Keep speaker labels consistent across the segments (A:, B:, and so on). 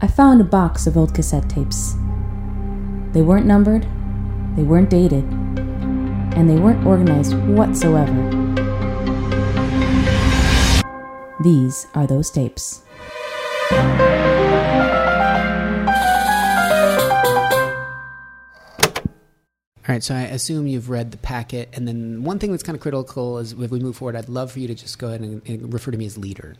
A: I found a box of old cassette tapes. They weren't numbered, they weren't dated, and they weren't organized whatsoever. These are those tapes.
B: All right, so I assume you've read the packet, and then one thing that's kind of critical is if we move forward, I'd love for you to just go ahead and, and refer to me as leader.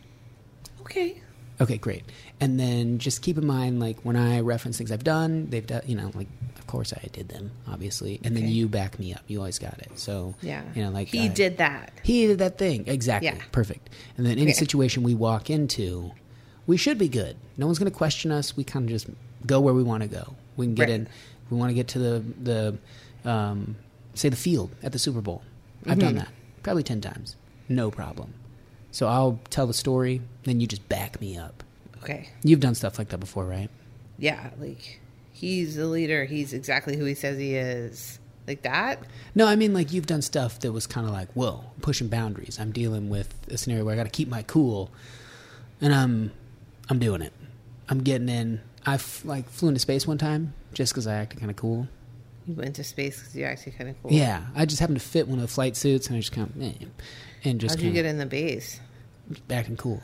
C: Okay.
B: Okay, great. And then just keep in mind, like when I reference things I've done, they've done, you know, like of course I did them, obviously, and then
C: Okay.
B: you back me up. You always got it. So
C: Yeah.
B: you know, like
C: he
B: uh,
C: did that.
B: he did that thing exactly,
C: Yeah.
B: perfect. And then any
C: Okay.
B: situation we walk into, we should be good. No one's going to question us. We kind of just go where we want to go. We can get
C: Right.
B: in. We want to get to the the um, say the field at the Super Bowl. I've
C: Mm-hmm.
B: done that probably ten times, no problem. So I'll tell the story, then you just back me up.
C: Okay.
B: You've done stuff like that before, right?
C: Yeah, like he's the leader. He's exactly who he says he is. Like that?
B: No, I mean like you've done stuff that was kind of like, whoa, I'm pushing boundaries. I'm dealing with a scenario where I got to keep my cool, and I'm, I'm doing it. I'm getting in. I f- like flew into space one time just because I acted kind of cool.
C: You went to space because you're actually kind of cool.
B: Yeah, I just happened to fit one of the flight suits, and I just kind of, eh, and just
C: How'd you get
B: kinda
C: in the base?
B: acting cool.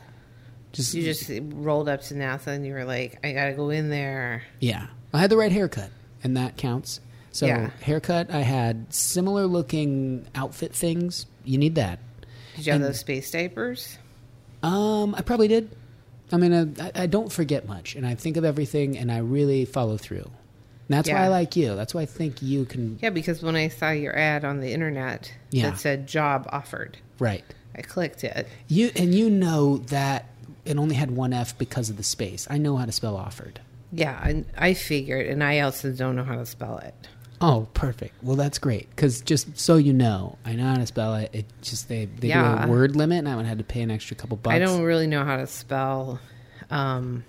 B: Just
C: You just rolled up to NASA and you were like, I gotta go in there.
B: Yeah. I had the right haircut, and that counts. So,
C: Yeah.
B: haircut, I had similar looking outfit things. You need that.
C: Did you have
B: And-
C: those space diapers?
B: Um, I probably did. I mean, uh, I, I don't forget much, and I think of everything, and I really follow through. And that's why
C: Yeah.
B: I like you. That's why I think you can.
C: Yeah, because when I saw your ad on the internet
B: Yeah.
C: that said job offered,
B: Right.
C: I clicked it.
B: You and you know that it only had one F because of the space. I know how to spell offered.
C: Yeah, and I figured, and I also don't know how to spell it.
B: Oh, perfect. Well, that's great. Because just so you know, I know how to spell it. It just they they do
C: Yeah.
B: a word limit, and I would have to pay an extra couple bucks.
C: I don't really know how to spell um,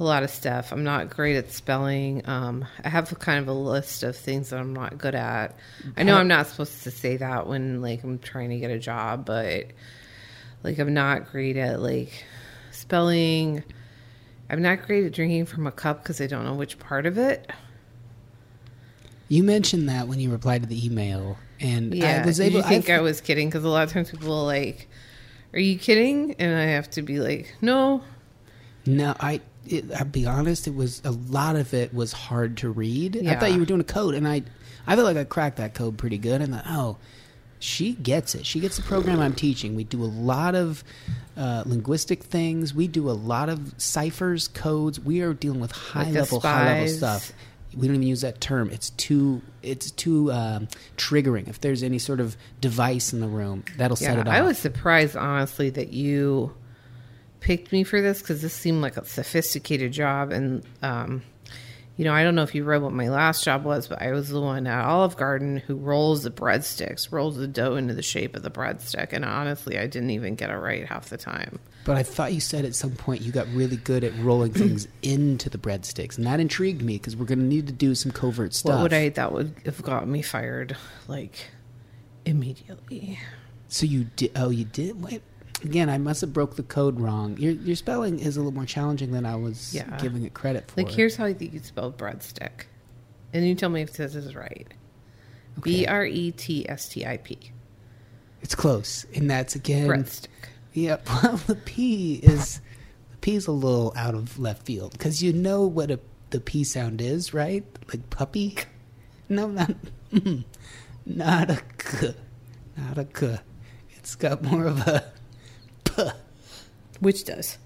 C: a lot of stuff. I'm not great at spelling. Um, I have kind of a list of things that I'm not good at. I know I'm not supposed to say that when like I'm trying to get a job, but like I'm not great at like spelling. I'm not great at drinking from a cup because I don't know which part of it.
B: You mentioned that when you replied to the email, and
C: Yeah,
B: I was
C: did
B: able.
C: you think
B: I
C: I, was kidding? Because a lot of times people are like, "Are you kidding?" And I have to be like, "No,
B: No, I. It, I'll be honest. It was a lot of it was hard to read. I
C: Yeah.
B: thought you were doing a code, and I, I feel like I cracked that code pretty good. And thought, oh, she gets it. She gets the program I'm teaching. We do a lot of uh, linguistic things. We do a lot of ciphers, codes. We are dealing with high
C: the
B: level, high level
C: spies.
B: stuff. We don't even use that term. It's too. It's too um, triggering. If there's any sort of device in the room, that'll set
C: Yeah,
B: it off.
C: I was surprised, honestly, that you picked me for this because this seemed like a sophisticated job. And, um, you know, I don't know if you read what my last job was, but I was the one at Olive Garden who rolls the breadsticks, rolls the dough into the shape of the breadstick. And honestly, I didn't even get it right half the time.
B: But I thought you said at some point you got really good at rolling things into the breadsticks, and that intrigued me because we're going to need to do some covert stuff.
C: What would I, that would have gotten me fired, like, immediately.
B: So you did? Oh, you did. Wait. Again, I must have broke the code wrong. Your your spelling is a little more challenging than I was
C: Yeah.
B: giving it credit for.
C: Like, here's how I think you spell breadstick. And you tell me if this is right. B R E T S T I P.
B: it's close, and that's again.
C: breadstick.
B: Yeah, well, the P is the P is a little out of left field because you know what a the P sound is, right? Like puppy. No, not mm, not a k, not a k. It's got more of a p.
C: Which does.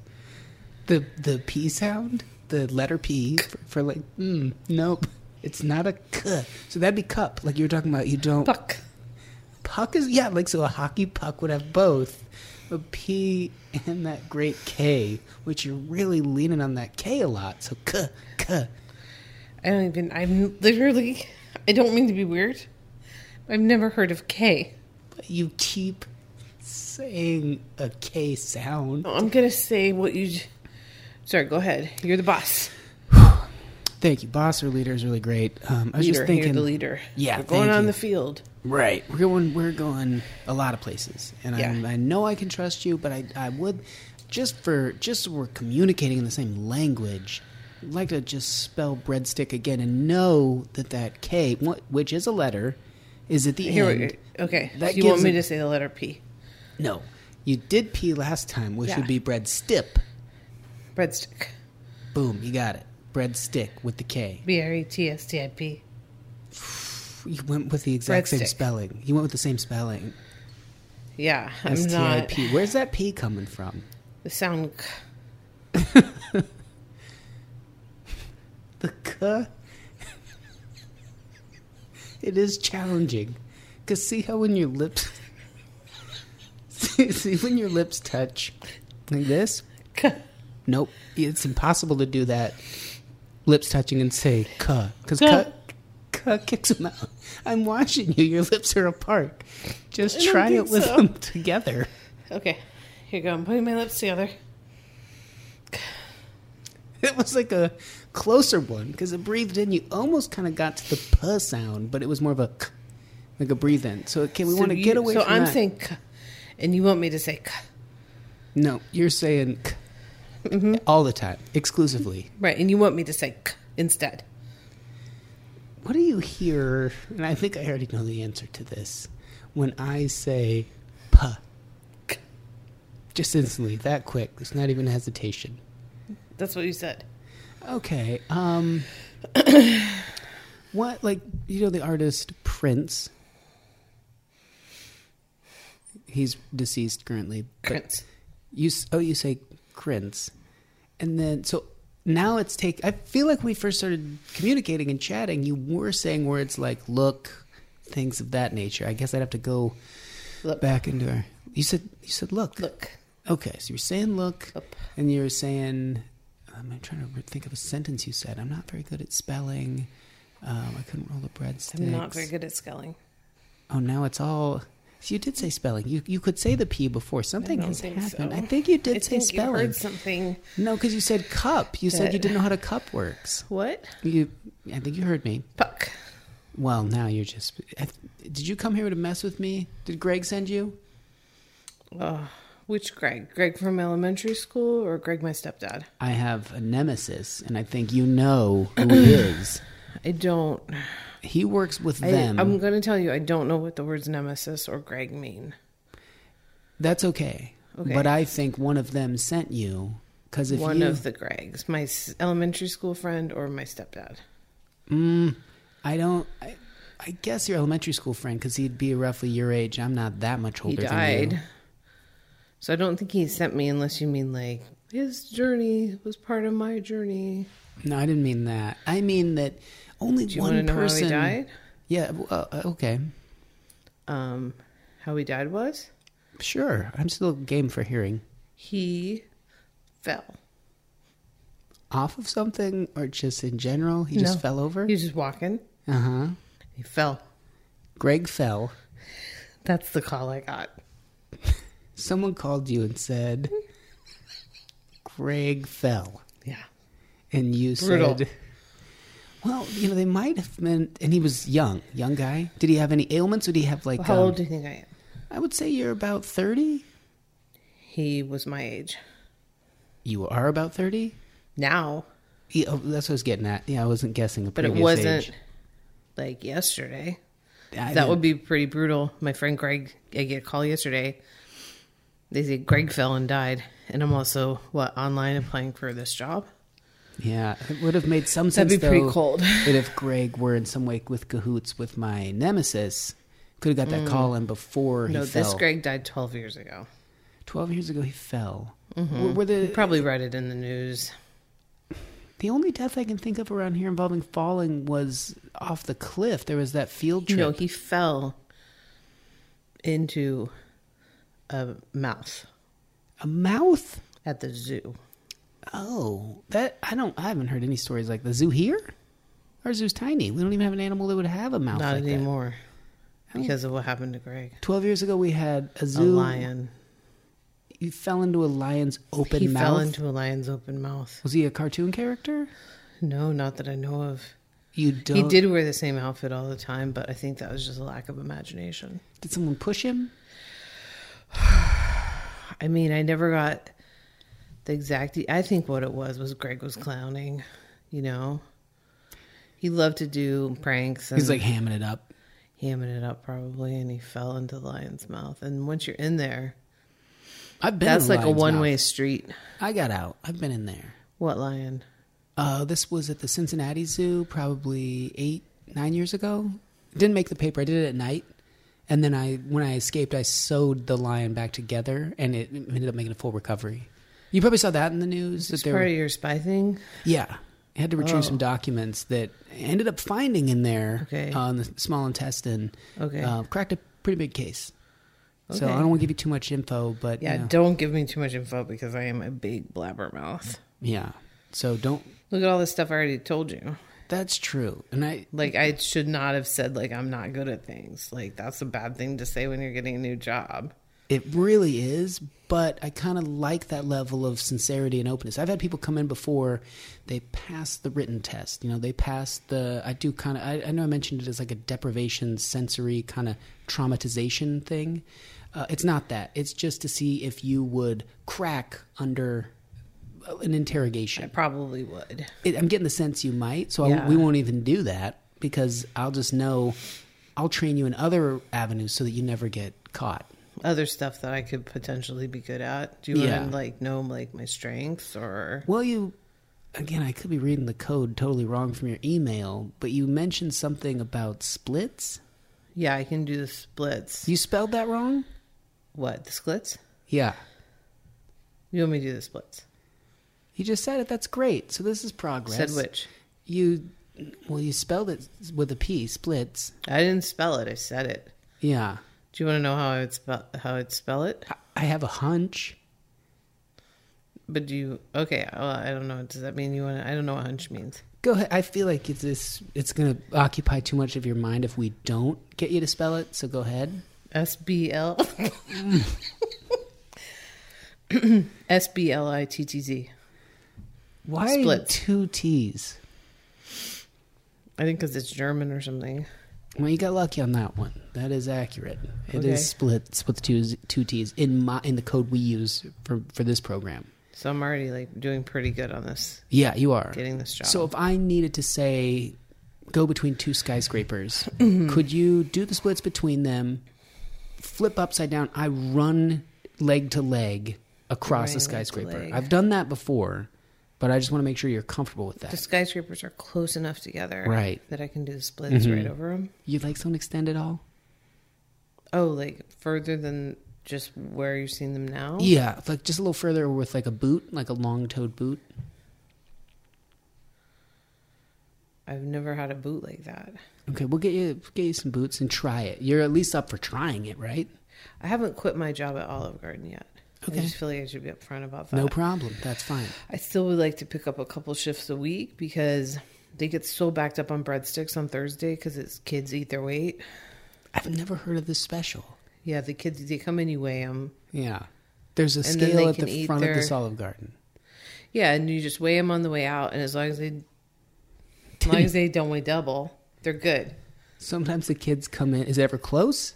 B: The the P sound, the letter P for, for like mm, nope. It's not a k. So that'd be cup. Like you were talking about, you don't
C: Fuck.
B: puck is yeah like so a hockey puck would have both a p and that great k which you're really leaning on that k a lot so k k
C: I don't even, I'm literally, I don't mean to be weird. I've never heard of K.
B: but you keep saying a k sound
C: I'm going to say what you, j- sorry, go ahead. You're the boss.
B: thank you boss or leader is really great um, i was
C: Leader,
B: just thinking
C: you're the leader.
B: Yeah,
C: We're going
B: thank
C: on
B: you.
C: the field.
B: Right. We're going. We're going a lot of places, and
C: Yeah.
B: I'm, I know I can trust you, but I, I would. just for just so we're communicating in the same language. I'd like to just spell breadstick again and know that that K, wh- which is a letter, is at the
C: Here,
B: end.
C: we okay.
B: That
C: so you want
B: gives
C: me
B: it-
C: to say the letter P?
B: No, you did P last time, which
C: Yeah.
B: would be breadstip.
C: Breadstick.
B: Boom, you got it. Breadstick with the K.
C: B r e t s t i p.
B: You went with the exact same
C: Breadstick.
B: spelling. You went with the same spelling.
C: Yeah, I'm
B: S T I
C: not
B: P. Where's that P coming from?
C: the sound. k.
B: The K. it is challenging. Because see how when your lips. see, see when your lips touch like this?
C: K.
B: Nope. It's impossible to do that lips touching and say K. Because
C: K.
B: K. K kicks them out. I'm watching you. Your lips are apart. Just
C: I don't
B: try it
C: think
B: with
C: so.
B: them together.
C: Okay, here you go. I'm putting my lips together.
B: It was like a closer one because it breathed in. You almost kind of got to the puh sound, but it was more of a k, like a breathe in. So okay, we
C: So
B: want to
C: you-
B: get away
C: So
B: from
C: I'm
B: that.
C: saying k, and you want me to say k.
B: no, you're saying k
C: Mm-hmm.
B: all the time, exclusively.
C: Right, and you want me to say k instead.
B: What do you hear? And I think I already know the answer to this. When I say puh,
C: K.
B: just instantly, that quick. There's not even hesitation.
C: That's what you said.
B: Okay. Um, what like you know the artist Prince? He's deceased currently. but
C: Prince.
B: You s- oh you say Prince, and then so now it's take. I feel like we first started communicating and chatting. You were saying words like look, things of that nature. I guess I'd have to go
C: Look.
B: back into our. You said you said look.
C: Look.
B: Okay, so you're saying look,
C: Up.
B: and you're saying, um, I'm trying to re- think of a sentence you said. I'm not very good at spelling. Um, I couldn't roll a breadsticks.
C: I'm not very good at spelling.
B: Oh, now it's all. So you did say spelling. You you could say the P before. Something
C: I don't
B: has
C: think
B: happened.
C: so.
B: I think you did
C: I
B: say
C: think you
B: spelling.
C: heard something.
B: no, because you said cup. You said you
C: That-
B: didn't know how to cup works.
C: What?
B: You, I think you heard me.
C: Puck.
B: Well, now you're just. I, did you come here to mess with me? Did Greg send you?
C: Oh, which Greg? Greg from elementary school or Greg, my stepdad?
B: I have a nemesis, and I think you know who he is.
C: I don't.
B: He works with
C: I,
B: them.
C: I'm going to tell you, I don't know what the words nemesis or Greg mean.
B: That's okay.
C: Okay.
B: But I think one of them sent you because if
C: One
B: you,
C: of the Gregs, my s- elementary school friend or my stepdad.
B: mm, I don't. I, I guess your elementary school friend because he'd be roughly your age. I'm not that much
C: He
B: older. Than you.
C: died. So I don't think he sent me unless you mean like his journey was part of my journey.
B: No, I didn't mean that. I mean that only
C: Do you
B: one
C: want to know
B: person.
C: how he died?
B: Yeah. well, Uh, okay.
C: Um, how he died was
B: Sure. I'm still game for hearing
C: he fell.
B: off of something or just in general. He just
C: No.
B: fell over.
C: He was just walking.
B: Uh huh.
C: He fell.
B: Greg fell.
C: That's the call I got.
B: Someone called you and said, "Greg fell."
C: Yeah.
B: and you
C: Brutal.
B: said, "Well, you know, they might have meant." And he was young, young guy. Did he have any ailments? Or did he have like?
C: How
B: um,
C: old do you think I am?
B: I would say you're about thirty.
C: He was my age.
B: You are about thirty.
C: Now,
B: Yeah, oh, that's what I was getting at. Yeah, I wasn't guessing a
C: but it
B: previous
C: wasn't
B: age.
C: like yesterday.
B: I
C: that
B: mean,
C: would be pretty brutal. My friend Greg, I get a call yesterday. They say Greg fell and died, and I'm also what online applying for this job.
B: Yeah, it would have made some
C: That'd
B: sense.
C: be pretty
B: though,
C: cold.
B: that if Greg were in some way with cahoots with my nemesis, could have got that call in before he
C: Mm. no,
B: fell.
C: this Greg died 12 years ago.
B: Twelve years ago, he fell.
C: Mm-hmm.
B: Were, were the
C: You probably read it in the news.
B: The only death I can think of around here involving falling was off the cliff. There was that field trip.
C: No, he fell into a mouth
B: a mouth.
C: at the zoo.
B: Oh, that I don't. I haven't heard any stories like the zoo here. Our zoo's tiny. We don't even have an animal that would have a mouth
C: Not
B: like that.
C: anymore because of what happened to Greg.
B: Twelve years ago, we had a
C: A
B: zoo.
C: lion.
B: You fell into a lion's open
C: He
B: mouth.
C: fell into a lion's open mouth.
B: was he a cartoon character?
C: No, not that I know of.
B: You don't.
C: He did wear the same outfit all the time, but I think that was just a lack of imagination.
B: Did someone push him?
C: I mean, I never got the exact. I think what it was was Greg was clowning. You know, he loved to do pranks. And
B: He's like hamming it up.
C: hamming it up probably, and he fell into the lion's mouth. And once you're in there,
B: I've been.
C: that's
B: in
C: like a
B: Lion's
C: one way
B: Mouth.
C: street.
B: I got out. I've been in there.
C: What lion?
B: Uh, this was at the Cincinnati Zoo, probably eight, nine years ago. Didn't make the paper. I did it at night, and then I, when I escaped, I sewed the lion back together, and it ended up making a full recovery. You probably saw that in the news. That
C: It's Oh.
B: there
C: part of your spy thing.
B: Yeah. I had to retrieve some documents that I ended up finding in there
C: Okay.
B: on the small intestine.
C: Okay.
B: Uh, cracked a pretty big case. So
C: Okay.
B: I don't want to give you too much info, but
C: Yeah,
B: you know,
C: don't give me too much info because I am a big blabbermouth.
B: yeah. So don't.
C: Look at all this stuff I already told you.
B: That's true. And I,
C: Like I should not have said like I'm not good at things. Like that's a bad thing to say when you're getting a new job.
B: it really is, but I kind of like that level of sincerity and openness. I've had people come in before they pass the written test. You know, they pass the, I do kind of, I, I know I mentioned it as like a deprivation sensory kind of traumatization thing. Uh, it's not that. It's just to see if you would crack under uh, an interrogation.
C: I probably would.
B: it, I'm getting the sense you might. So
C: Yeah.
B: I, we won't even do that because I'll just know I'll train you in other avenues so that you never get caught.
C: Other stuff that I could potentially be good at. Do you
B: Yeah.
C: want to like know like my strengths or
B: Well, you again, I could be reading the code totally wrong from your email, but you mentioned something about splits.
C: yeah, I can do the splits.
B: You spelled that wrong.
C: What the splits?
B: Yeah,
C: You want me to do the splits?
B: you just said it. That's great. So this is progress.
C: Said which?
B: You well, you spelled it with a P. Splits.
C: I didn't spell it. I said it.
B: Yeah,
C: Do you want to know how I would spell how I'd spell it?
B: I, I have a hunch.
C: But do you okay? Well, I don't know. Does that mean you want? to I don't know what hunch means.
B: Go ahead. I feel like it's this. It's going to occupy too much of your mind if we don't get you to spell it. So go ahead.
C: SBL. SBLITTZ.
B: Why
C: Splits.
B: two T's?
C: I think because it's German or something.
B: Well, you got lucky on that one. That is accurate. It is
C: Okay.
B: splits with two two T's in my in the code we use for for this program.
C: So I'm already like doing pretty good on this,
B: Yeah, you are.
C: getting this job.
B: So if I needed to say go between two skyscrapers,
C: Mm-hmm.
B: could you do the splits between them? Flip upside down. I run leg to leg across
C: Right,
B: the
C: leg to
B: skyscraper.
C: leg.
B: I've done that before, but I just want to make sure you're comfortable with
C: the
B: that.
C: skyscrapers are close enough together,
B: Right. Mm-hmm.
C: that I can do the splits right over them.
B: You'd like someone to extend it all?
C: Oh, like further than just where you're seeing them now.
B: Yeah, like just a little further with like a boot, like a long-toed boot.
C: I've never had a boot like that.
B: Okay, we'll get you get you some boots and try it. You're at least up for trying it, right?
C: I haven't quit my job at Olive Garden yet.
B: Okay.
C: I just feel like I should be upfront about that.
B: No problem. That's fine.
C: I still would like to pick up a couple shifts a week because they get so backed up on breadsticks on Thursday because it's kids eat their weight.
B: I've never heard of this special.
C: Yeah, the kids they come and you weigh them.
B: Yeah. There's a
C: then
B: scale
C: they
B: at
C: can
B: the
C: eat
B: front of this
C: their-
B: Olive Garden.
C: Yeah, and you just weigh them on the way out, and as long as they, as long as they don't weigh double, they're good.
B: Sometimes the kids come in. Is it ever close?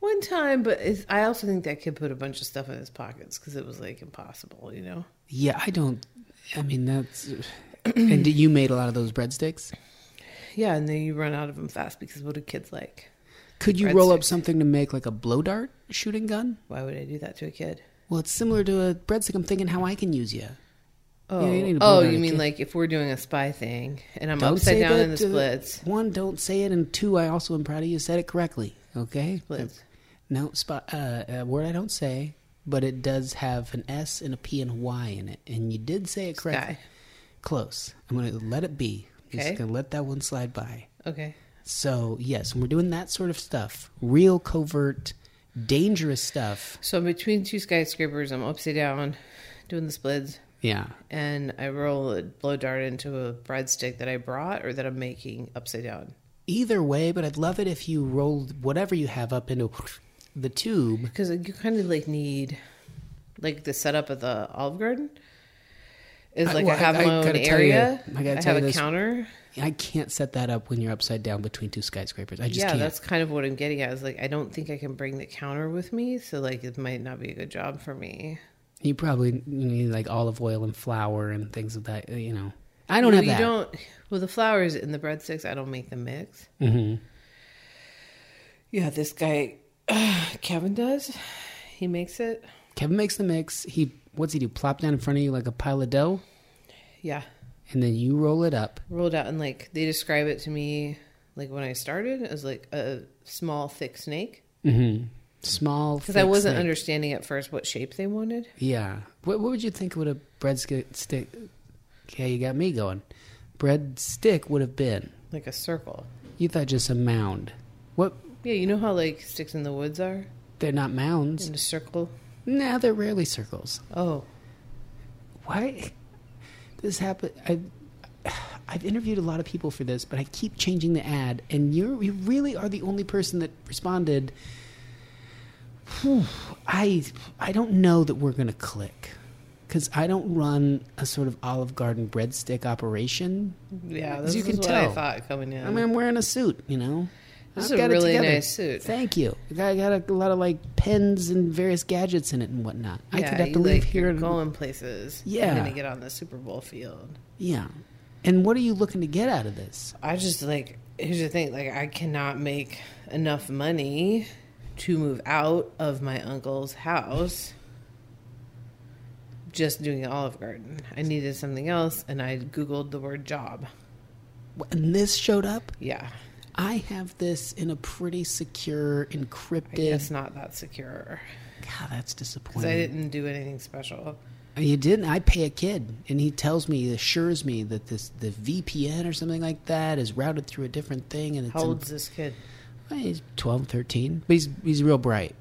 C: One time, but it's, I also think that kid put a bunch of stuff in his pockets because it was like impossible, you know.
B: Yeah, I don't. I mean, that's. and you made a lot of those breadsticks.
C: Yeah, and then you run out of them fast because what do kids like?
B: Could you roll up
C: Breadsticks.
B: something to make like a blow dart shooting gun?
C: Why would I do that to a kid?
B: Well, it's similar to a breadstick. I'm thinking how I can use you.
C: Oh,
B: you need to blow
C: oh,
B: it on
C: you
B: a
C: mean
B: kid.
C: like if we're doing a spy thing and I'm
B: Don't
C: upside
B: say
C: down
B: that
C: in the
B: to
C: splits?
B: One, don't say it, and two, I also am proud of you. Said it correctly. Okay.
C: Splits.
B: No spot. Uh, a word I don't say, but it does have an S and a P and a Y in it, and you did say it correctly.
C: Sky.
B: Close. I'm gonna let it be.
C: Okay.
B: Just gonna let that one slide by.
C: Okay.
B: So yes, when we're doing that sort of stuff, real covert, dangerous stuff.
C: So I'm between two skyscrapers, I'm upside down, doing the splits,
B: Yeah.
C: and I roll a blow dart into a breadstick that I brought or that I'm making upside down.
B: Either way, but I'd love it if you rolled whatever you have up into the tube.
C: Because you kind of like need, like the setup of the Olive Garden is
B: I-
C: like
B: well,
C: I have
B: I- I
C: my own
B: gotta tell
C: area.
B: you- I
C: I,
B: gotta tell
C: have
B: you
C: a
B: this.
C: counter.
B: I can't set that up when you're upside down between two skyscrapers. I just
C: yeah,
B: can't.
C: that's kind of what I'm getting at. Is like I don't think I can bring the counter with me, so like it might not be a good job for me.
B: You probably need like olive oil and flour and things of that. You know, I don't
C: No,
B: have
C: you
B: that.
C: don't. Well, the flowers in the breadsticks, I don't make them mix.
B: hmm
C: Yeah, this guy, Kevin does. He makes it.
B: Kevin makes the mix. He what's he do? Plop down in front of you like a pile of dough,
C: Yeah,
B: and then you roll it up.
C: rolled out and like they describe it to me. Like when I started, it was like a small, thick snake
B: Mm-hmm. Small.
C: because I
B: thick
C: wasn't
B: snake.
C: understanding at first what shape they wanted.
B: Yeah. What What would you think would a bread sti- stick? Okay, you got me going. Bread stick would have been.
C: Like a circle.
B: You thought just a mound. What?
C: Yeah, you know how like sticks in the woods are
B: They're not mounds.
C: in a circle.
B: No, they're rarely circles.
C: Oh,
B: Why this happened? I I've interviewed a lot of people for this, but I keep changing the ad, and you you really are the only person that responded. Whew, I I don't know that we're gonna click, because I don't run a sort of Olive Garden breadstick operation.
C: yeah.
B: As
C: This
B: you
C: is
B: can
C: what
B: tell.
C: I thought coming in.
B: I mean, I'm wearing a suit, you know.
C: This
B: I've
C: is a
B: got it
C: really
B: together.
C: nice suit.
B: Thank you. I got, I got a lot of like pens and various gadgets in it and whatnot. I could have to
C: you,
B: leave
C: like,
B: here
C: you're
B: and
C: going places.
B: Yeah.
C: I'm gonna get on the Super Bowl field.
B: Yeah. And what are you looking to get out of this?
C: I just like here's the thing, like I cannot make enough money to move out of my uncle's house just doing Olive Garden. I needed something else and I googled the word job.
B: When this showed up,
C: Yeah.
B: I have this in a pretty secure,
C: I
B: encrypted.
C: guess not that secure.
B: God, that's
C: Because I
B: disappointing.
C: didn't do anything special.
B: You didn't. I pay a kid, and he tells me, assures me that this the VPN or something like that is routed through a different thing, and it's
C: How
B: in-
C: old's this kid?
B: Well, he's 12, 13. But he's he's real bright,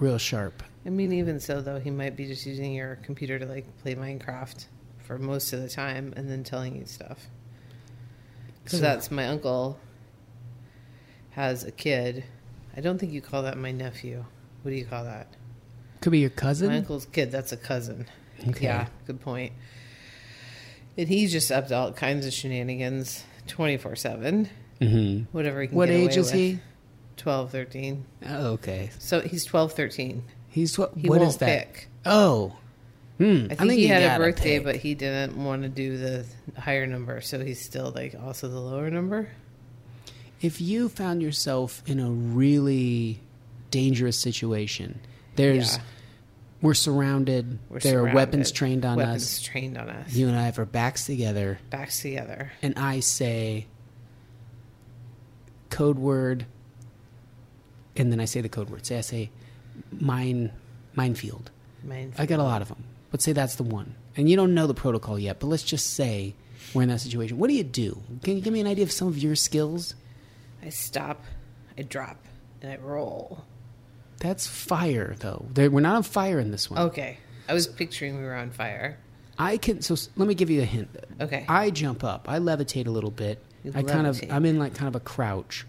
B: real sharp.
C: I mean, even so, though, he might be just using your computer to like play Minecraft for most of the time and then telling you stuff. Because
B: So-
C: that's my uncle has a kid. I don't think you call that my nephew. What do you call that?
B: Could be your
C: My
B: cousin.
C: uncle's kid. That's a cousin.
B: Okay.
C: Yeah, good point. And he's just up to all kinds of shenanigans 24 7,
B: Mm-hmm.
C: whatever he can
B: What
C: get away
B: age is
C: with.
B: he?
C: 12, 13.
B: Oh, okay,
C: So he's 12, 13.
B: he's tw-
C: He
B: what
C: won't
B: is that?
C: pick.
B: Oh, hmm.
C: I think, he
B: you
C: had a
B: gotta
C: birthday,
B: pick.
C: but he didn't want to do the higher number, so he's still like also the lower number.
B: if you found yourself in a really dangerous situation, there's
C: Yeah.
B: we're surrounded.
C: We're
B: there are weapons
C: surrounded.
B: trained on
C: weapons
B: us.
C: trained on us.
B: You and I have our backs together,
C: Backs together.
B: and I say code word, and then I say the code word. Say I say mine minefield.
C: Mine.
B: I got a lot of them, but say that's the one. And you don't know the protocol yet, but let's just say we're in that situation. What do you do? Can you give me an idea of some of your skills?
C: I stop. I drop. And I roll.
B: That's fire, though. There, we're not on fire in this one.
C: Okay. I was picturing we were on fire.
B: I can. So s- let me give you a hint.
C: Okay.
B: I jump up. I levitate a little bit.
C: You
B: I kind of.
C: levitate.
B: I'm in like kind of a crouch.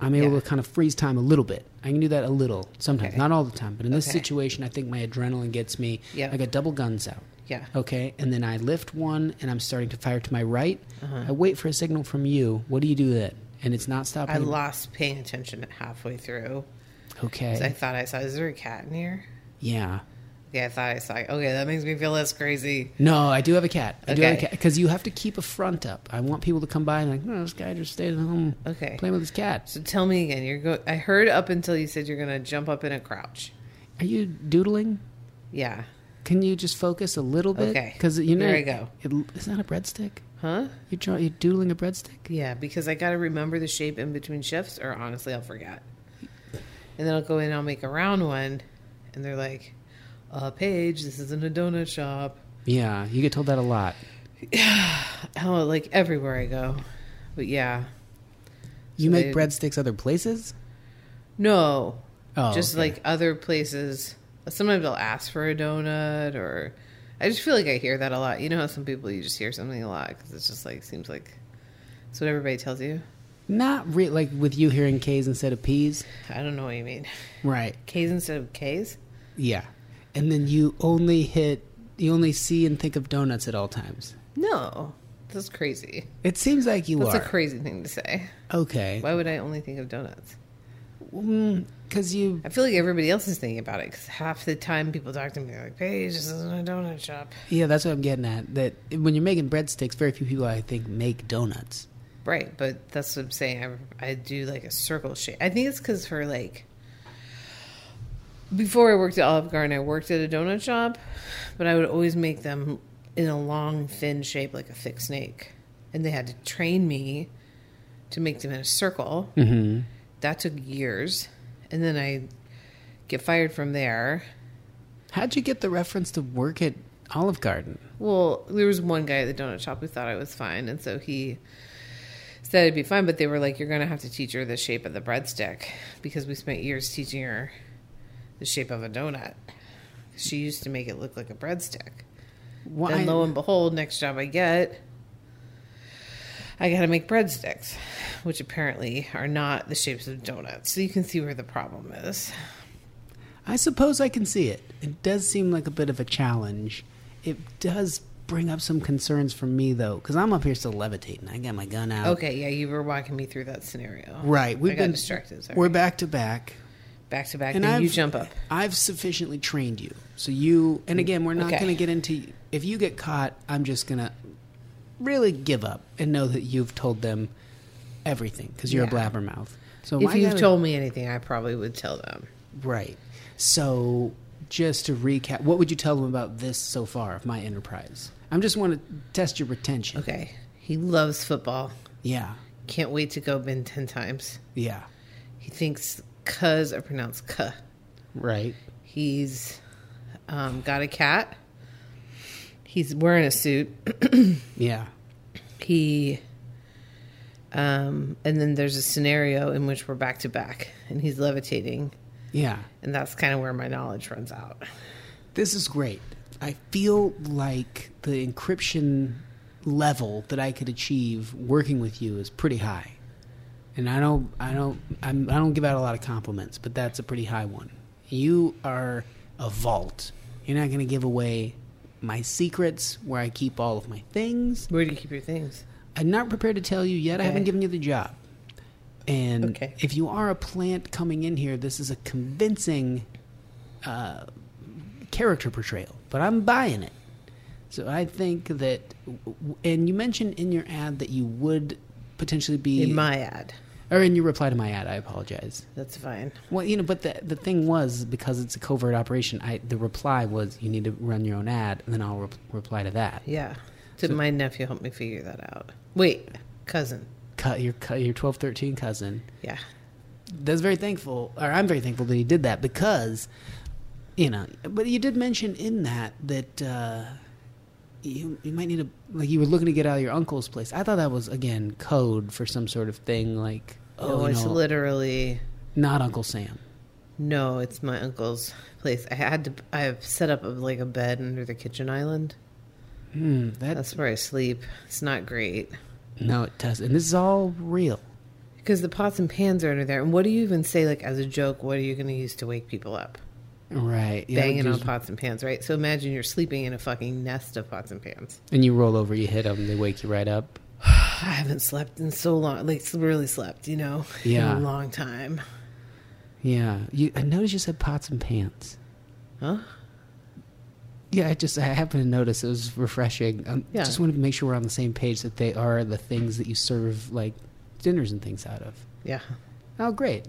B: I'm able
C: Yeah.
B: to kind of freeze time a little bit. I can do that a little sometimes,
C: Okay.
B: not all the time. But in this
C: Okay.
B: situation, I think my adrenaline gets me.
C: Yeah.
B: I got double guns out.
C: yeah.
B: Okay, and then I lift one, and I'm starting to fire to my right.
C: Uh-huh.
B: I wait for a signal from you. What do you do then? And it's not stopping.
C: I lost paying attention halfway through.
B: okay.
C: 'cause I thought I saw. Is there a cat in here?
B: yeah.
C: Yeah, I thought I saw. Okay, that makes me feel less crazy.
B: No, I do have a cat. I do have a
C: Okay.
B: cat because you have to keep a front up. I want people to come by and like, no, this guy just stayed at home
C: Okay.
B: playing with his cat.
C: So tell me again. You're go. I heard up until you said you're gonna jump up in a crouch.
B: Are you doodling?
C: Yeah.
B: Can you just focus a little bit?
C: Okay.
B: because you know,
C: There I go.
B: It, is that a breadstick?
C: Huh?
B: You draw, you're doodling a breadstick.
C: Yeah, because I got to remember the shape in between shifts, or honestly, I'll forget. And then I'll go in and I'll make a round one, and they're like, uh, Paige, this isn't a donut shop.
B: Yeah, you get told that a lot.
C: Oh, like everywhere I go. But yeah.
B: You
C: So
B: make
C: they-
B: breadsticks other places.
C: No.
B: Oh,
C: just
B: okay.
C: like other places. Sometimes I'll ask for a donut, or I just feel like I hear that a lot. You know how some people, you just hear something a lot because it's just like, seems like it's what everybody tells you.
B: not re- like with you hearing K's instead of P's.
C: I don't know what you mean.
B: Right.
C: K's instead of K's?
B: Yeah, and then you only hit, you only see and think of donuts at all times.
C: No. That's crazy.
B: It seems like you
C: That's
B: are
C: a crazy thing to say.
B: okay.
C: Why would I only think of donuts?
B: Mm, because you
C: I feel like everybody else is thinking about it because half the time people talk to me, they're like, Paige, this isn't a donut shop.
B: yeah that's what i'm getting at that when you're making breadsticks very few people i think make donuts
C: Right, but that's what I'm saying. I, I do like a circle shape. I think it's because for like before I worked at Olive Garden, I worked at a donut shop, but I would always make them in a long, thin shape like a thick snake, and they had to train me to make them in a circle. Mm-hmm. That took years, and then I get fired from there.
B: how'd you get the reference to work at olive garden
C: Well, there was one guy at the donut shop who thought I was fine, and so he said it'd be fine. But they were like, "You're going to have to teach her the shape of the breadstick because we spent years teaching her the shape of a donut. She used to make it look like a breadstick."
B: why
C: Then lo and behold, next job I get, I got to make breadsticks, which apparently are not the shapes of donuts. So you can see where the problem is.
B: I suppose I can see it. It does seem like a bit of a challenge. It does bring up some concerns for me though, because I'm up here still levitating. I got my gun out.
C: Okay, yeah, you were walking me through that scenario.
B: Oh. Right. We've
C: I got
B: been
C: distracted. Sorry.
B: We're back to back.
C: back to back. Then you jump up. Mm,
B: I've sufficiently trained you. So you and again we're not
C: Okay.
B: gonna get into if you get caught, I'm just gonna really give up and know that you've told them everything because you're
C: Yeah.
B: a blabbermouth. So
C: If
B: my
C: you
B: Oh, gotta-
C: told me anything, I probably would tell them.
B: Right. So, just to recap, what would you tell them about this so far of my enterprise? I'm just want to test your retention.
C: Okay. He loves football.
B: Yeah.
C: Can't wait to go bin 10 times.
B: Yeah.
C: He thinks cuz are pronounced cuh.
B: Right.
C: He's um, got a cat. He's wearing a suit.
B: Yeah.
C: He. Um, and then there's a scenario in which we're back to back and he's levitating.
B: Yeah.
C: And that's kind of where my knowledge runs out.
B: This is great. I feel like the encryption level that I could achieve working with you is pretty high. And I don't I don't I'm, I don't give out a lot of compliments, but that's a pretty high one. You are a vault. You're not going to give away my secrets where I keep all of my things.
C: Where do you keep your things?
B: I'm not prepared to tell you yet. I haven't
C: Okay.
B: given you the job. And
C: Okay.
B: if you are a plant coming in here, this is a convincing uh, character portrayal. But I'm buying it. So I think that, and you mentioned in your ad that you would potentially be
C: In my ad.
B: or in your reply to my ad. I apologize.
C: That's fine.
B: Well, you know, but the the thing was because it's a covert operation. I the reply was you need to run your own ad, and then I'll re- reply to that.
C: Yeah. Did my nephew help me figure that out? Wait, cousin.
B: Cut your cut your twelve thirteen cousin.
C: Yeah.
B: that's very thankful or i'm very thankful that he did that because you know but you did mention in that that uh you, you might need to like you were looking to get out of your uncle's place i thought that was again code for some sort of thing like oh
C: no,
B: no,
C: it's literally
B: not uncle sam
C: no. It's my uncle's place. I had to. I have set up a, like a bed under the kitchen island.
B: hmm that
C: That's where I sleep. It's not great
B: no it does and this is all real
C: because the pots and pans are under there. And what do you even say like as a joke? What are you going to use to wake people up?
B: right yeah,
C: Banging on
B: just-
C: pots and pans, right? So imagine you're sleeping in a fucking nest of pots and pans.
B: and you roll over you hit them they wake you right up
C: I haven't slept in so long. Like really slept, you know,
B: Yeah.
C: in a long time.
B: yeah you i noticed you said pots and pants
C: Huh?
B: Yeah, I just I happened to notice it was refreshing. I
C: Yeah.
B: just wanted to make sure we're on the same page that they are the things that you serve like dinners and things out of.
C: Yeah.
B: Oh, great!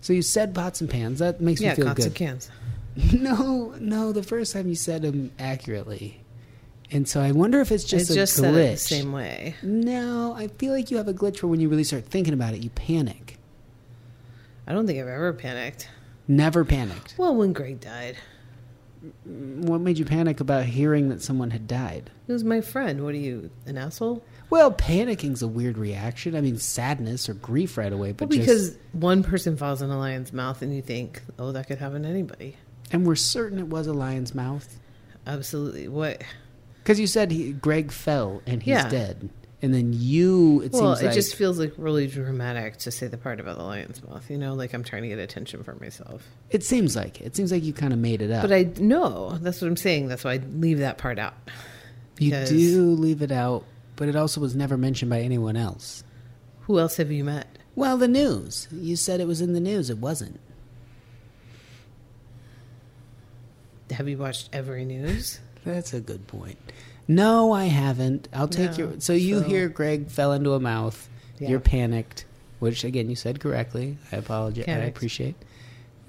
B: So you said pots and pans. That makes
C: yeah.
B: me feel
C: Pots and
B: good.
C: cans.
B: no, no, the first time you said them accurately, and so I wonder if it's just
C: It's
B: a
C: just said it the
B: glitch.
C: same way.
B: No, I feel like you have a glitch where when you really start thinking about it, you panic.
C: I don't think I've ever panicked.
B: Never panicked.
C: Well, when Greg died,
B: What made you panic about hearing that someone had died?
C: he was my friend. What are you, an asshole?
B: Well, panicking's a weird reaction. I mean, sadness or grief right away, but
C: well, because
B: just,
C: one person falls in a lion's mouth and you think, oh, that could happen to anybody.
B: and we're certain it was a lion's mouth
C: Absolutely. What?
B: because you said he, Greg fell and he's
C: Yeah.
B: dead, and then you. It
C: well,
B: seems
C: it
B: like
C: just feels like really dramatic to say the part about the lion's mouth. You know, like I'm trying to get attention for myself.
B: it seems like it seems like you kind of made it up.
C: But I know that's what I'm saying. That's why I leave that part out.
B: you
C: because-
B: do leave it out, but it also was never mentioned by anyone else.
C: Who else have you met?
B: Well, the news. You said it was in the news. It wasn't.
C: Have you watched every news?
B: That's a good point. No, I haven't. I'll take
C: No,
B: your. So you
C: so-
B: hear Greg fell into a mouth.
C: Yeah.
B: You're panicked, which again you said correctly. I apologize. I
C: Panicked.
B: appreciate.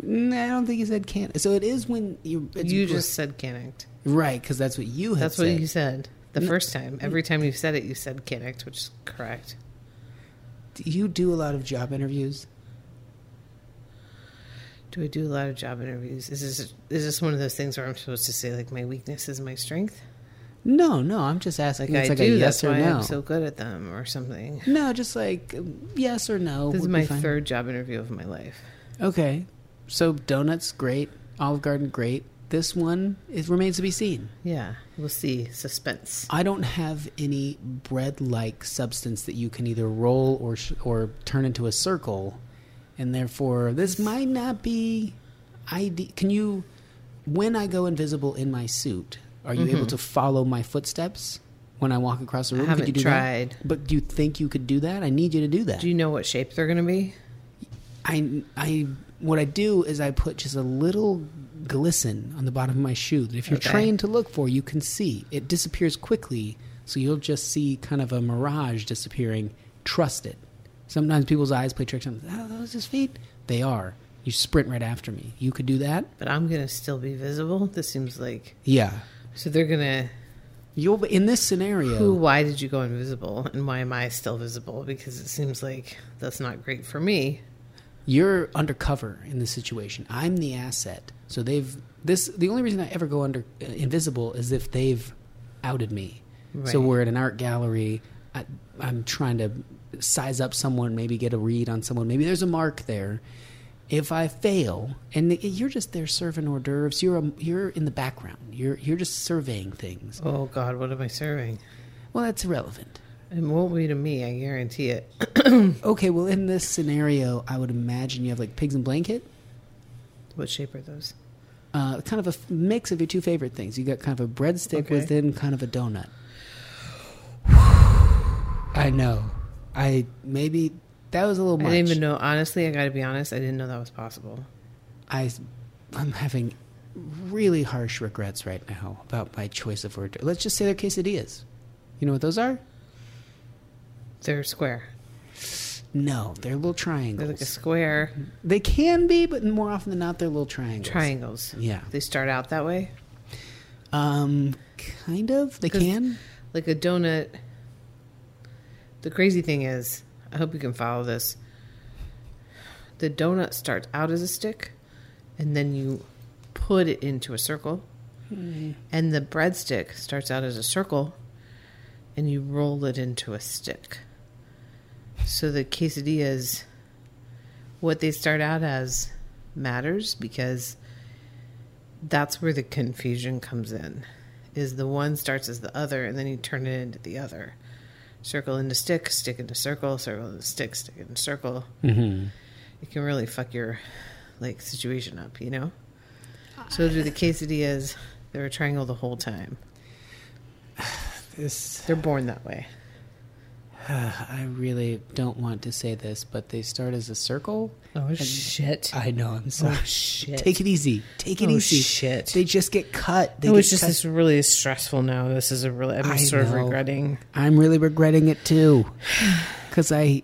B: Mm, I don't think you said can. So it is when you. It's
C: you just said connect.
B: right because that's what you had
C: That's
B: said.
C: what you said the
B: No.
C: first time. Every time you said it, you said connect, which is correct.
B: Do you do a lot of job interviews.
C: Do I do a lot of job interviews? Is this is this one of those things where I'm supposed to say like my weakness is my strength?
B: No, no. I'm just asking. it's
C: Like I
B: like
C: do.
B: a yes
C: that's
B: or
C: why
B: no.
C: I'm so good at them or something.
B: no, just like um, yes or no.
C: This is
B: would be
C: my
B: fine.
C: third job interview of my life.
B: Okay, so donuts great, Olive Garden great. This one it remains to be seen.
C: Yeah, we'll see. Suspense.
B: I don't have any bread-like substance that you can either roll or sh- or turn into a circle, and therefore this might not be. Ide- can you, when I go invisible in my suit, are you able to follow my footsteps when I walk across the room?
C: Mm-hmm. haven't
B: could you do
C: tried.
B: That? But do you think you could do that? I need you to do that.
C: Do you know what shape they're going to be?
B: I, I, what I do is I put just a little glisten on the bottom of my shoe that if you're
C: Okay.
B: trained to look for, you can see. It disappears quickly, so you'll just see kind of a mirage disappearing. Trust it. Sometimes people's eyes play tricks on them. Are those his feet? They are. You sprint right after me. You could do that?
C: But I'm going to still be visible. This seems like
B: Yeah.
C: so they're going to
B: You'll be- in this scenario.
C: who why did you go invisible and why am I still visible because it seems like that's not great for me.
B: you're undercover in this situation. I'm the asset. So they've this. The only reason I ever go under uh, invisible is if they've outed me. So
C: Right.
B: we're at an art gallery. I, I'm trying to size up someone, maybe get a read on someone. Maybe there's a mark there. If I fail, and the- you're just there serving hors d'oeuvres, you're a, you're in the background. You're you're just surveying things.
C: Oh god, what am I serving?
B: Well, that's irrelevant.
C: It won't be to me, I guarantee it.
B: Okay. Well, in this scenario, I would imagine you have like pigs in blanket.
C: What shape are those?
B: uh, kind of a f- mix of your two favorite things. You got kind of a breadstick
C: Okay.
B: within kind of a donut. I know. I maybe that was a little much.
C: I didn't even know honestly, I got to be honest, I didn't know that was possible.
B: I am having really harsh regrets right now about my choice of word. Let's just say they're quesadillas. You know what those are?
C: They're square.
B: No, they're little
C: They're
B: triangles.
C: like a square
B: they can be, but more often than not, they're little triangles.
C: triangles.
B: Yeah.
C: They start out that way.
B: Um, kind of. They
C: 'Cause-
B: can.
C: like a donut. The crazy thing is, I hope you can follow this. The donut starts out as a stick, and then you put it into a circle, and the breadstick starts out as a circle, and you roll it into a stick. So the quesadillas, what they start out as, matters because that's where the confusion comes in is the one starts as the other and then you turn it into the other circle into stick stick into circle circle into stick stick into circle
B: Mm-hmm.
C: it can really fuck your like situation up you know so do the quesadillas they're a triangle the whole time
B: This
C: they're born that way
B: I really don't want to say this, but they start as a circle.
C: oh shit
B: I know. I'm sorry.
C: Oh, shit
B: Take it easy. Take it
C: Oh,
B: easy.
C: shit.
B: They just get cut. They
C: it was
B: get
C: just
B: cut.
C: this really stressful now this is a really i'm
B: I
C: sort
B: know.
C: of regretting
B: I'm really regretting it too, because I,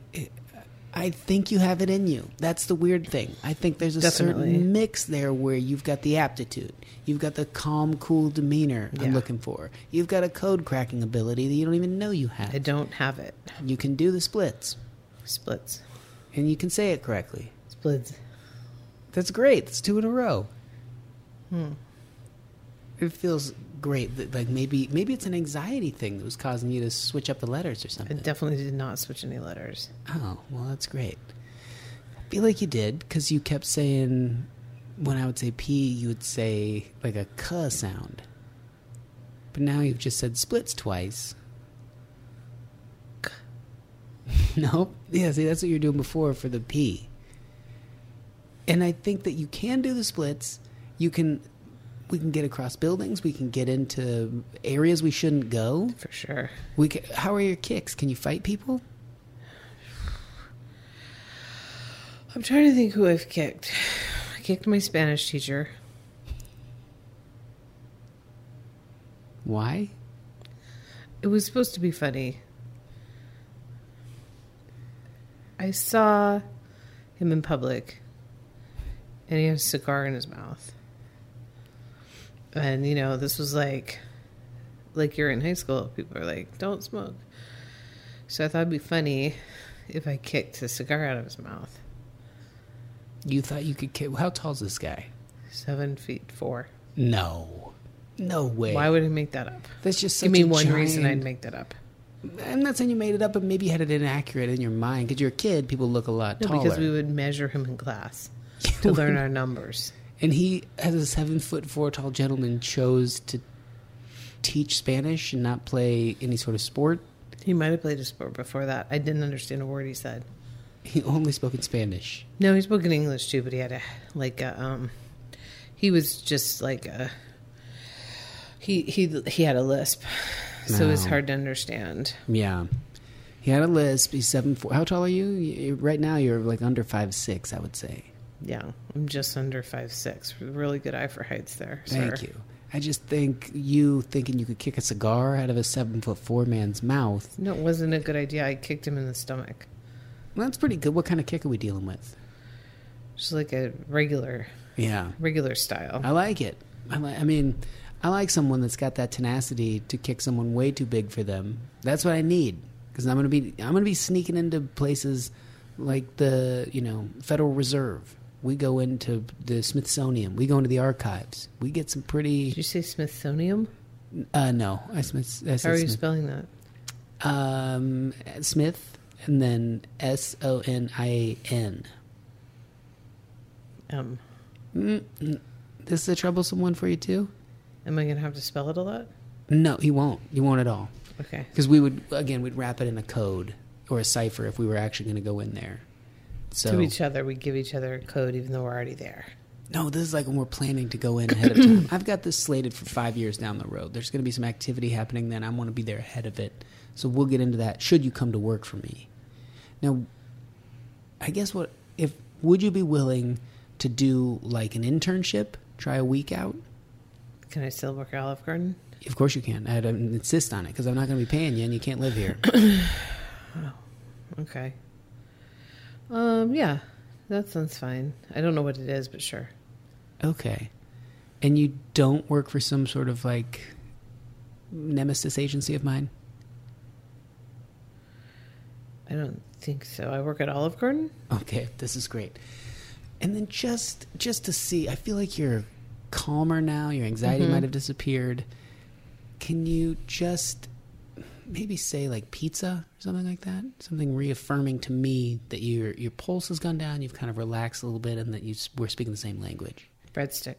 B: I think you have it in you. That's the weird thing. I think there's a
C: Definitely.
B: certain mix there where you've got the aptitude, you've got the calm, cool demeanor I'm
C: Yeah.
B: looking for. You've got a code cracking ability that you don't even know you have.
C: i don't have it
B: You can do the splits,
C: splits
B: and you can say it correctly.
C: splits
B: That's great. That's two in a row. It feels great. That, like maybe maybe it's an anxiety thing that was causing you to switch up the letters or
C: i
B: something.
C: definitely did not switch any letters
B: oh, well, that's great. I feel like you did because you kept saying when I would say P, you would say like a K sound. But now you've just said splits twice.
C: K.
B: nope. Yeah, see, that's what you're doing before for the P. And I think that you can do the splits. You can. We can get across buildings. We can get into areas we shouldn't go.
C: for sure
B: We ca how are your kicks? Can you fight people?
C: I'm trying to think who I've kicked. I kicked my Spanish teacher.
B: Why?
C: It was supposed to be funny. I saw him in public and he had a cigar in his mouth. And you know, this was like like you're in high school, people are like, Don't smoke. So I thought it'd be funny if I kicked the cigar out of his mouth.
B: You thought you could kill. How tall's this guy?
C: Seven feet four.
B: No. No way.
C: Why would I make that up?
B: That's just such
C: Give me
B: a
C: one
B: giant-
C: reason I'd make that up.
B: I'm not saying you made it up, but maybe you had it inaccurate in your mind because you're a kid. People look a lot
C: No,
B: taller.
C: because we would measure him in class to learn our numbers.
B: and he, as a seven foot four tall gentleman, chose to teach Spanish and not play any sort of sport.
C: He might have played a sport before that. I didn't understand a word he said.
B: He only spoke in Spanish.
C: No, he spoke in English too, but he had a like a um he was just like a he he he had a lisp. So it was
B: No.
C: hard to understand.
B: Yeah. He had a lisp. He's seven four. How tall are you? You- Right now, you're like under five six. I would say.
C: Yeah. I'm just under five six. Really good eye for heights there. Sir.
B: Thank you. I just think you thinking you could kick a cigar out of a seven foot four man's mouth.
C: No, it wasn't a good idea. I kicked him in the stomach.
B: Well, that's pretty good. What kind of kick are we dealing with?
C: Just like a regular
B: Yeah.
C: regular style.
B: I like it. I, li- I mean, I like someone that's got that tenacity to kick someone way too big for them. That's what I need because I'm gonna be I'm gonna be sneaking into places like the you know Federal Reserve. We go into the Smithsonian. We go into the archives. We get some
C: Did
B: pretty.
C: you say Smithsonian?
B: Uh, no, I, Smith, I
C: How
B: said
C: are you
B: Smith.
C: spelling that?
B: um, Smith and then S O N I A N.
C: Um,
B: Mm, This is a troublesome one for you too.
C: am I going to have to spell it a lot?
B: No, he won't. He won't at all.
C: Okay.
B: Because we would again, we'd wrap it in a code or a cipher if we were actually going to go in there. So
C: to each other, we give each other a code, even though we're already there.
B: no, this is like when we're planning to go in ahead of time. I've got this slated for five years down the road. There's going to be some activity happening then. I want to be there ahead of it. So we'll get into that. Should you come to work for me? Now, I guess what if would you be willing to do like an internship? Try a week out.
C: Can I still work at Olive Garden?
B: Of course you can. I'd um, insist on it because I'm not going to be paying you, and you can't live here.
C: Okay. Um, yeah, that sounds fine. I don't know what it is, but sure.
B: Okay. And you don't work for some sort of like nemesis agency of mine?
C: I don't think so. I work at Olive Garden.
B: Okay, this is great. And then just just to see, I feel like you're calmer now. Your anxiety
C: Mm-hmm.
B: might have disappeared. Can you just maybe say like pizza or something like that? Something reaffirming to me that your your pulse has gone down, you've kind of relaxed a little bit and that you s- we're speaking the same language.
C: Breadstick.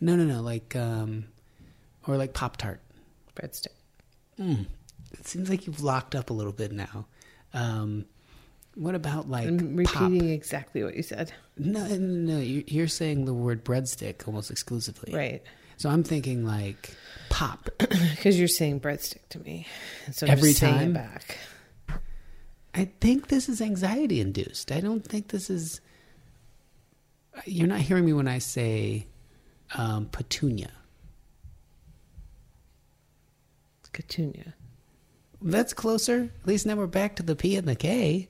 B: No, no, no, like um or like pop tart.
C: Breadstick.
B: Mm. It seems like you've locked up a little bit now. Um, what about like
C: I'm
B: pop?
C: repeating exactly what you said.
B: No, no, no. no, you- You're saying the word breadstick almost exclusively,
C: Right.
B: So I'm thinking like pop.
C: Because you're saying breadstick to me. And so I'm
B: Every
C: just saying
B: time?
C: it back.
B: I think this is anxiety induced. I don't think this is. You're not hearing me when I say um, petunia.
C: Petunia.
B: That's closer. At least now we're back to the P and the K.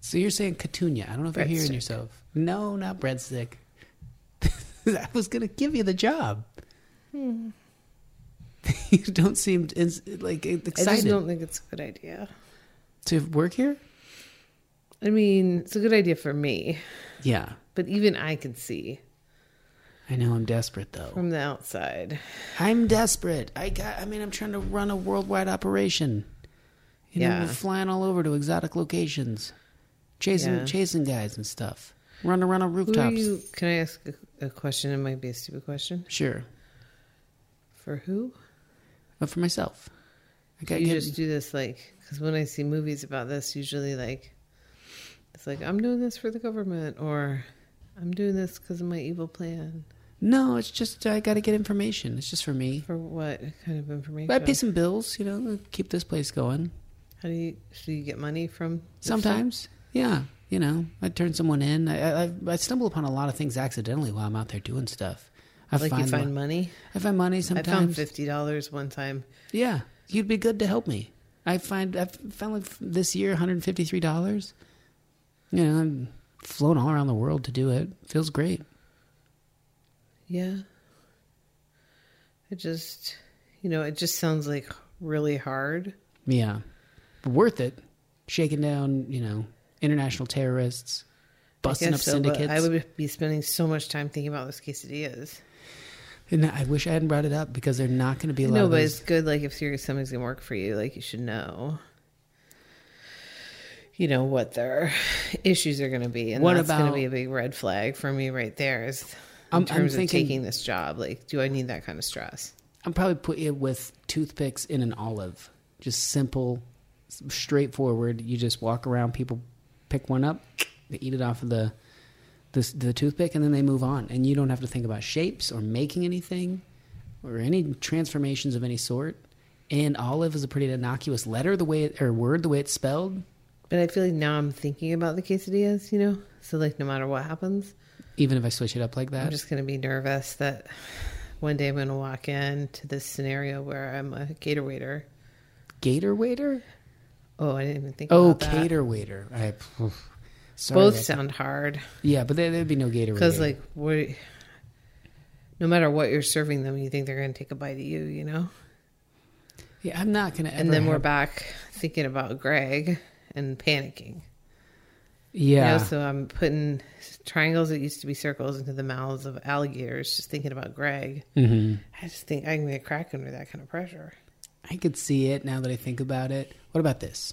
B: So you're saying Catunia. I don't know if you're hearing
C: Breadstick.
B: yourself. No, not breadstick. I was going to give you the job.
C: Hmm.
B: you don't seem ins- like
C: I just
B: excited
C: don't think it's a good idea.
B: to work here.
C: I mean, it's a good idea for me,
B: Yeah,
C: but even I can see
B: I know. I'm desperate though.
C: from the outside.
B: I'm desperate. I got. I mean, I'm trying to run a worldwide operation. You know,
C: Yeah.
B: we're flying all over to exotic locations, chasing
C: Yeah.
B: chasing guys and stuff. Run around on
C: Who are
B: rooftops.
C: you? Can I ask a, a question? It might be a stupid question.
B: Sure.
C: For who?
B: but for myself. I got
C: You
B: good-
C: just do this like because when I see movies about this, usually like it's like I'm doing this for the government or I'm doing this because of my evil plan.
B: no. It's just I got to get information. It's just for me.
C: For what kind of information?
B: But I pay some bills, you know, keep this place going.
C: How do you so you get money from? this
B: Sometimes, yeah, you know, I turn someone in. I, I I stumble upon a lot of things accidentally while I'm out there doing stuff. I
C: like you find money.
B: I find money
C: I
B: sometimes.
C: found fifty dollars one time.
B: Yeah, you'd be good to help me. I find I found like this year one hundred fifty three dollars. You know, I'm flown all around the world to do it. Feels great.
C: Yeah. It just, you know, it just sounds like really hard.
B: Yeah, but worth it. Shaking down, you know, international terrorists, busting up
C: guess so, but
B: syndicates.
C: I would be spending so much time thinking about those quesadillas.
B: and I wish I hadn't brought it up because they're not going to be a lot
C: No,
B: of
C: but
B: those-
C: it's good. Like if you're, somebody's gonna work for you, like you should know. You know what their issues are going to be, and
B: What
C: that's going
B: about-
C: to be a big red flag for me right there. Is in
B: I'm- I'm
C: terms of
B: thinking-
C: taking this job, like, do I need that kind of stress?
B: I'm probably put it with toothpicks in an olive. Just simple, s- straightforward. You just walk around, people pick one up, they eat it off of the the, s- the toothpick, and then they move on. And you don't have to think about shapes or making anything or any transformations of any sort. And olive is a pretty innocuous letter, the way it, or word, the way it's spelled.
C: But I feel like now I'm thinking about the quesadillas, you know. So like, no matter what happens,
B: Even if I switch it up like that,
C: I'm just going to be nervous that one day I'm going to walk into this scenario where I'm a cater waiter.
B: gator waiter.
C: Oh, I didn't even think.
B: Oh,
C: about that.
B: cater waiter. I, oof. sorry,
C: Both
B: I-
C: sound hard
B: yeah, but there, there'd be no gator waiter.
C: because like what. No matter what you're serving them, you think they're going to take a bite of you, you know?
B: yeah, I'm not gonna.
C: And
B: ever
C: then we're
B: have-
C: back thinking about Greg and panicking. You
B: Yeah,
C: know, so I'm putting triangles that used to be circles into the mouths of alligators, just thinking about Greg.
B: mm-hmm.
C: I just think I can get crack under that kind of pressure.
B: I could see it now that I think about it. What about this?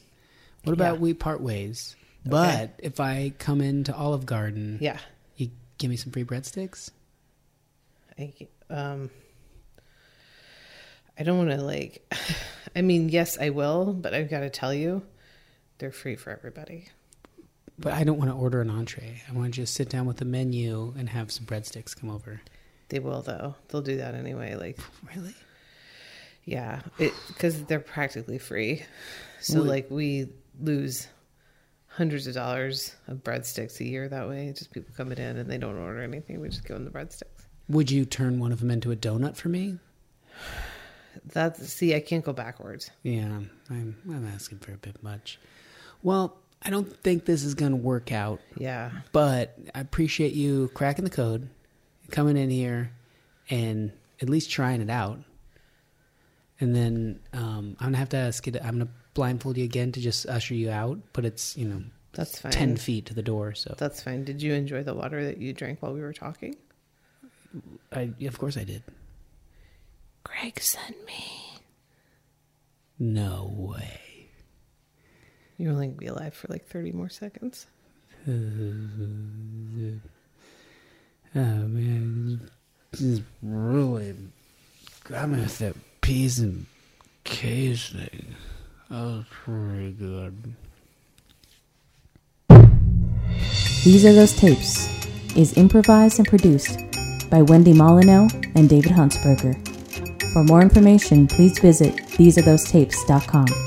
B: What about
C: Yeah.
B: we part ways? But if I come into Olive Garden,
C: Yeah.
B: you give me some free breadsticks.
C: I, um, I don't want to like. I mean, yes, I will, but I've got to tell you, they're free for everybody.
B: But I don't want to order an entree. I want to just sit down with the menu and have some breadsticks come over.
C: They will though. They'll do that anyway. Like,
B: Really?
C: yeah, because they're practically free. So
B: Would-
C: like we lose hundreds of dollars of breadsticks a year that way. Just people coming in and they don't order anything. We just give them the breadsticks.
B: Would you turn one of them into a donut for me?
C: That's see, I can't go backwards.
B: Yeah, I'm, I'm asking for a bit much. Well, I don't think this is going to work out.
C: Yeah.
B: But I appreciate you cracking the code, coming in here, and at least trying it out. And then um, I'm gonna have to ask you. To, I'm gonna blindfold you again to just usher you out. But it's you know
C: That's fine.
B: ten feet to the door, so
C: That's fine. Did you enjoy the water that you drank while we were talking?
B: I, of course I did.
C: Greg sent me.
B: No way.
C: You're only gonna be alive for like 30 more seconds.
B: Oh man, this is really. I'm with that peas and case thing. That was pretty good.
A: These Are Those Tapes is improvised and produced by Wendy Molyneux and David Huntsberger. For more information, please visit thesearethosotapes.com.